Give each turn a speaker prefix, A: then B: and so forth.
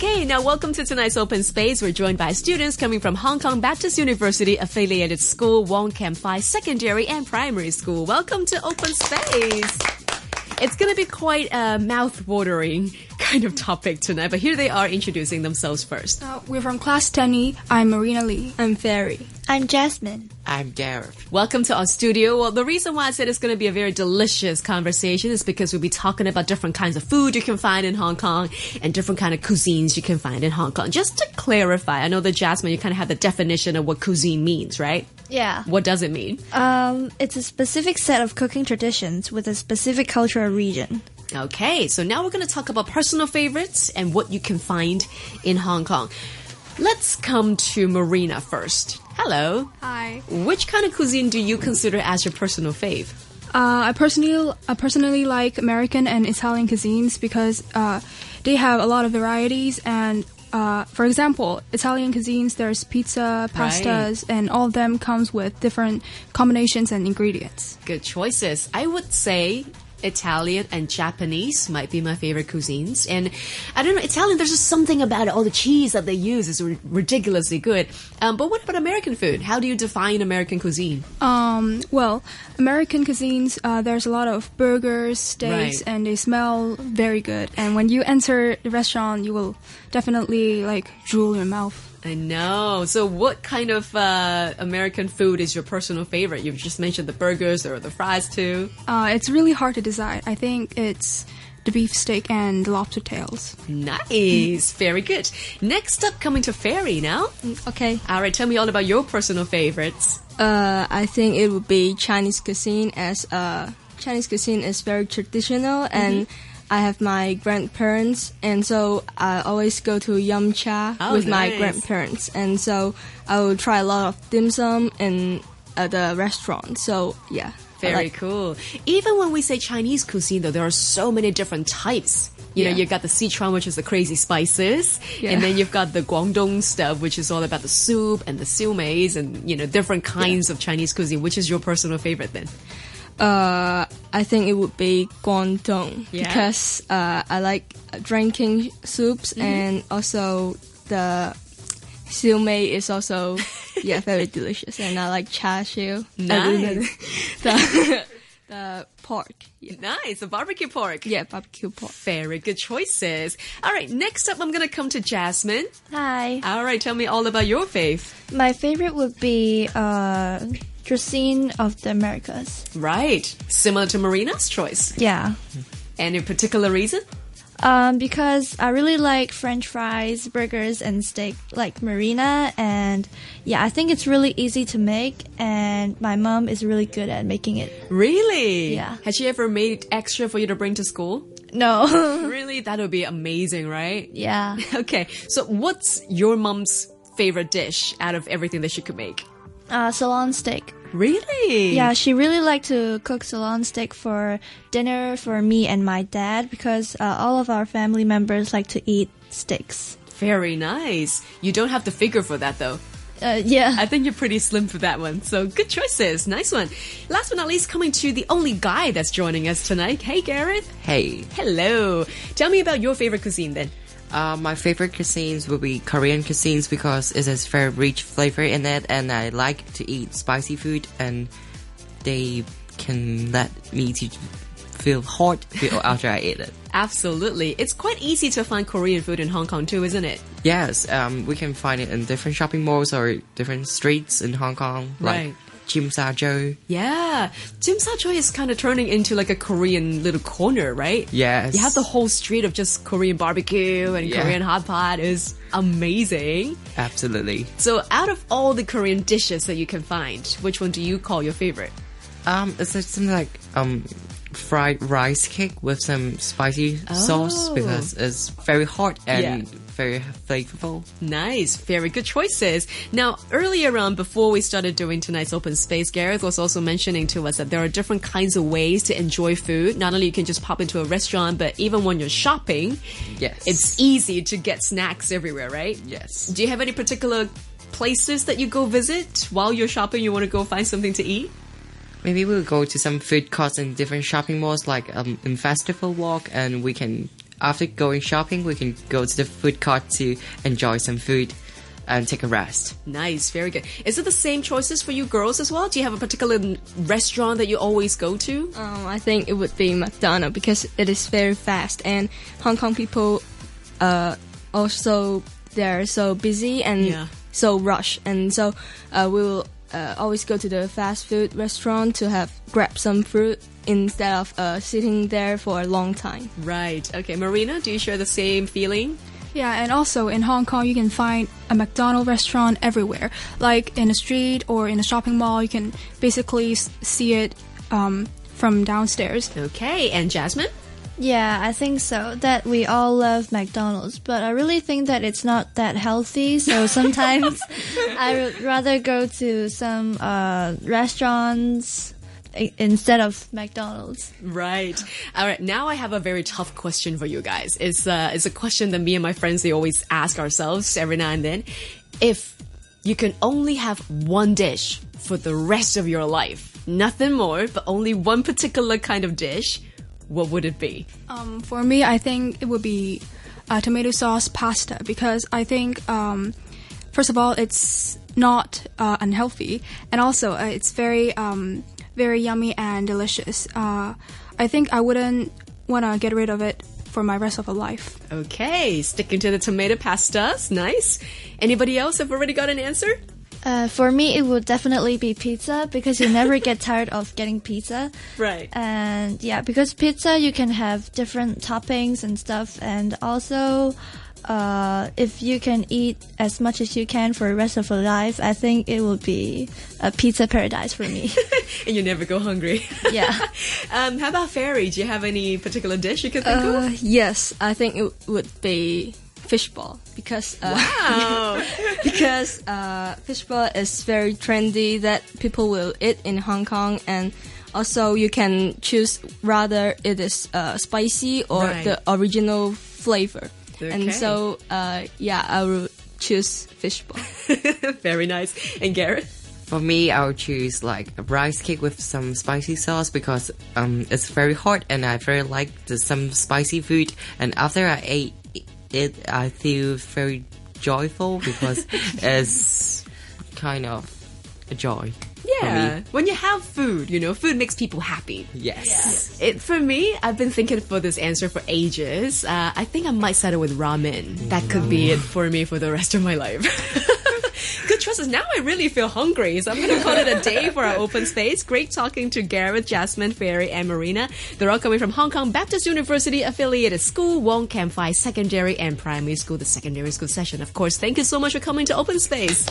A: Hey, now welcome to tonight's open space. We're joined by students coming from Hong Kong Baptist University affiliated school, Wong Kam Phai Secondary and Primary School. Welcome to open space. It's going to be quite a mouth-watering kind of topic tonight, but here they are introducing themselves first.
B: Uh, we're from class 10E. I'm Marina Lee.
C: I'm Fairy.
D: I'm Jasmine.
E: I'm Gareth.
A: Welcome to our studio. Well, the reason why I said it's going to be a very delicious conversation is because we'll be talking about different kinds of food you can find in Hong Kong and different kind of cuisines you can find in Hong Kong. Just to clarify, I know that Jasmine, you kind of have the definition of what cuisine means, right?
D: Yeah.
A: What does it mean?
D: Um, it's a specific set of cooking traditions with a specific cultural region.
A: Okay, so now we're going to talk about personal favorites and what you can find in Hong Kong. Let's come to Marina first. Hello.
B: Hi.
A: Which kind of cuisine do you consider as your personal fave?
B: Uh, I personally I personally like American and Italian cuisines because uh, they have a lot of varieties and. Uh, for example, Italian cuisines, there's pizza, pastas, and all of them comes with different combinations and ingredients.
A: Good choices. I would say Italian and Japanese might be my favorite cuisines. And I don't know, Italian, there's just something about it. All the cheese that they use is ri- ridiculously good. Um, but what about American food? How do you define American cuisine?
B: Um, well, American cuisines, uh, there's a lot of burgers, steaks,
A: Right.
B: and they smell very good. And when you enter the restaurant, you will definitely like drool your mouth.
A: I know. So, what kind of uh, American food is your personal favorite? You've just mentioned the burgers or the fries too.
B: Uh, it's really hard to decide. I think it's the beefsteak and the lobster tails.
A: Nice. Very good. Next up, coming to Fairy now.
C: Okay.
A: All right, tell me all about your personal favorites.
C: Uh, I think it would be Chinese cuisine as uh, Chinese cuisine is very traditional
B: Mm-hmm.
C: and I have my grandparents and so I always go to Yum Cha
A: Oh,
C: with
A: nice.
C: my grandparents and so I will try a lot of dim sum in uh, the restaurant. So yeah. I
A: Very
C: like-
A: cool. Even when we say Chinese cuisine, though, there are so many different types. You know,
C: Yeah.
A: you've got the Sichuan, which is the crazy spices, and then you've got the Guangdong stuff, which is all about the soup and the siu meis and, you know, different kinds of Chinese cuisine. Which is your personal favorite then?
C: Uh, I think it would be Guangdong
A: Yeah.
C: because uh, I like drinking soups
A: Mm-hmm.
C: and also the siu mei is also yeah very delicious and I like char siu. I mean,
A: Nice.
C: the, the pork. Yeah.
A: Nice, the barbecue pork.
C: yeah, barbecue pork.
A: Very good choices. All right, next up, I'm going to come to Jasmine.
D: Hi.
A: All right, tell me all about your fave.
D: My favorite would be uh, cuisine of the Americas.
A: Right, similar to Marina's choice.
D: Yeah.
A: Any particular reason?
D: Um, because I really like French fries, burgers, and steak, like Marina. And yeah, I think it's really easy to make, and my mom is really good at making it.
A: Really?
D: Yeah.
A: Has she ever made extra for you to bring to school?
D: No.
A: Really? That would be amazing, right?
D: yeah.
A: Okay, so what's your mom's favorite dish out of everything that she could make?
D: Uh, salon steak.
A: Really?
D: Yeah, she really liked to cook salon steak for dinner for me and my dad because uh, all of our family members like to eat steaks.
A: Very nice. You don't have the figure for that though.
D: Uh, yeah.
A: I think you're pretty slim for that one. So good choices. Nice one. Last but not least, coming to the only guy that's joining us tonight. Hey, Gareth.
E: Hey,
A: Hello. Tell me about your favorite cuisine then.
E: uh, my favorite cuisines would be Korean cuisines because it has very rich flavor in it, and I like to eat spicy food, and they can let me to feel hot feel after I eat it.
A: Absolutely. It's quite easy to find Korean food in Hong Kong too, isn't it?
E: Yes, um, we can find it in different shopping malls or different streets in Hong Kong,
A: Right.
E: like Chim Sa Joe.
A: Yeah. Jim Sa Choi is kind of turning into like a Korean little corner, right?
E: Yes.
A: You have the whole street of just Korean barbecue and
E: Yeah.
A: Korean hot pot is amazing.
E: Absolutely.
A: So out of all the Korean dishes that you can find, which one do you call your favorite?
E: Um, it's like something like um fried rice cake with some spicy sauce
A: Oh.
E: because it's very hot and
A: Yeah.
E: very flavorful.
A: Nice, very good choices. Now, earlier on, before we started doing tonight's open space, Gareth was also mentioning to us that there are different kinds of ways to enjoy food. Not only you can just pop into a restaurant, but even when you're shopping,
E: Yes.
A: it's easy to get snacks everywhere, right?
E: Yes.
A: Do you have any particular places that you go visit while you're shopping? You want to go find something to eat?
E: Maybe we'll go to some food courts in different shopping malls, like um in Festival Walk, and we can after going shopping, we can go to the food court to enjoy some food and take a rest.
A: Nice, very good. Is it the same choices for you girls as well? Do you have a particular n- restaurant that you always go to?
C: Um, I think it would be McDonald's because it is very fast, and Hong Kong people uh, also they're so busy and
A: Yeah.
C: so rush, and so uh, we will uh, always go to the fast food restaurant to have grab some fruit instead of uh, sitting there for a long time.
A: Right. Okay, Marina, do you share the same feeling?
B: Yeah, and also in Hong Kong, you can find a McDonald's restaurant everywhere. Like in a street or in a shopping mall, you can basically s- see it um, from downstairs.
A: Okay, and Jasmine?
D: Yeah, I think so. That we all love McDonald's, but I really think that it's not that healthy. So sometimes I would rather go to some uh, restaurants i- instead of McDonald's.
A: Right. All right. Now I have a very tough question for you guys. It's uh, it's a question that me and my friends they always ask ourselves every now and then. If you can only have one dish for the rest of your life, nothing more, but only one particular kind of dish, what would it be?
B: Um, for me, I think it would be uh, tomato sauce pasta because I think, um, first of all, it's not uh, unhealthy, and also uh, it's very, um, very yummy and delicious. Uh, I think I wouldn't want to get rid of it for my rest of my life.
A: Okay, sticking to the tomato pastas. Nice. Anybody else have already got an answer?
D: Uh, for me, it would definitely be pizza because you never get tired of getting pizza.
A: Right.
D: And yeah, because pizza you can have different toppings and stuff, and also uh, if you can eat as much as you can for the rest of your life, I think it will be a pizza paradise for me.
A: And you never go hungry.
D: yeah.
A: um, how about fairy? Do you have any particular dish you could think of?
C: Uh, yes, I think it would be fishball because uh, because uh, fishball is very trendy that people will eat in Hong Kong and. Also, you can choose rather it is uh, spicy or
A: Right.
C: the original flavor.
A: Okay.
C: And so, uh, yeah, I will choose fishball.
A: Very nice. And Garrett?
E: For me, I would choose like a rice cake with some spicy sauce because um, it's very hot and I very like the, some spicy food. And after I ate it, I feel very joyful because it's kind of a joy. for
A: Yeah.
E: me.
A: When you have food, you know, food makes people happy.
E: Yes.
A: It, for me, I've been thinking for this answer for ages. Uh, I think I might settle with ramen. That could be it for me for the rest of my life. Good trust us. Now I really feel hungry, so I'm going to call it a day for our open space. Great talking to Gareth, Jasmine, Fairy, and Marina. They're all coming from Hong Kong Baptist University affiliated school, Wong Kam Fai Secondary and Primary School, the secondary school session. Of course, thank you so much for coming to Open Space.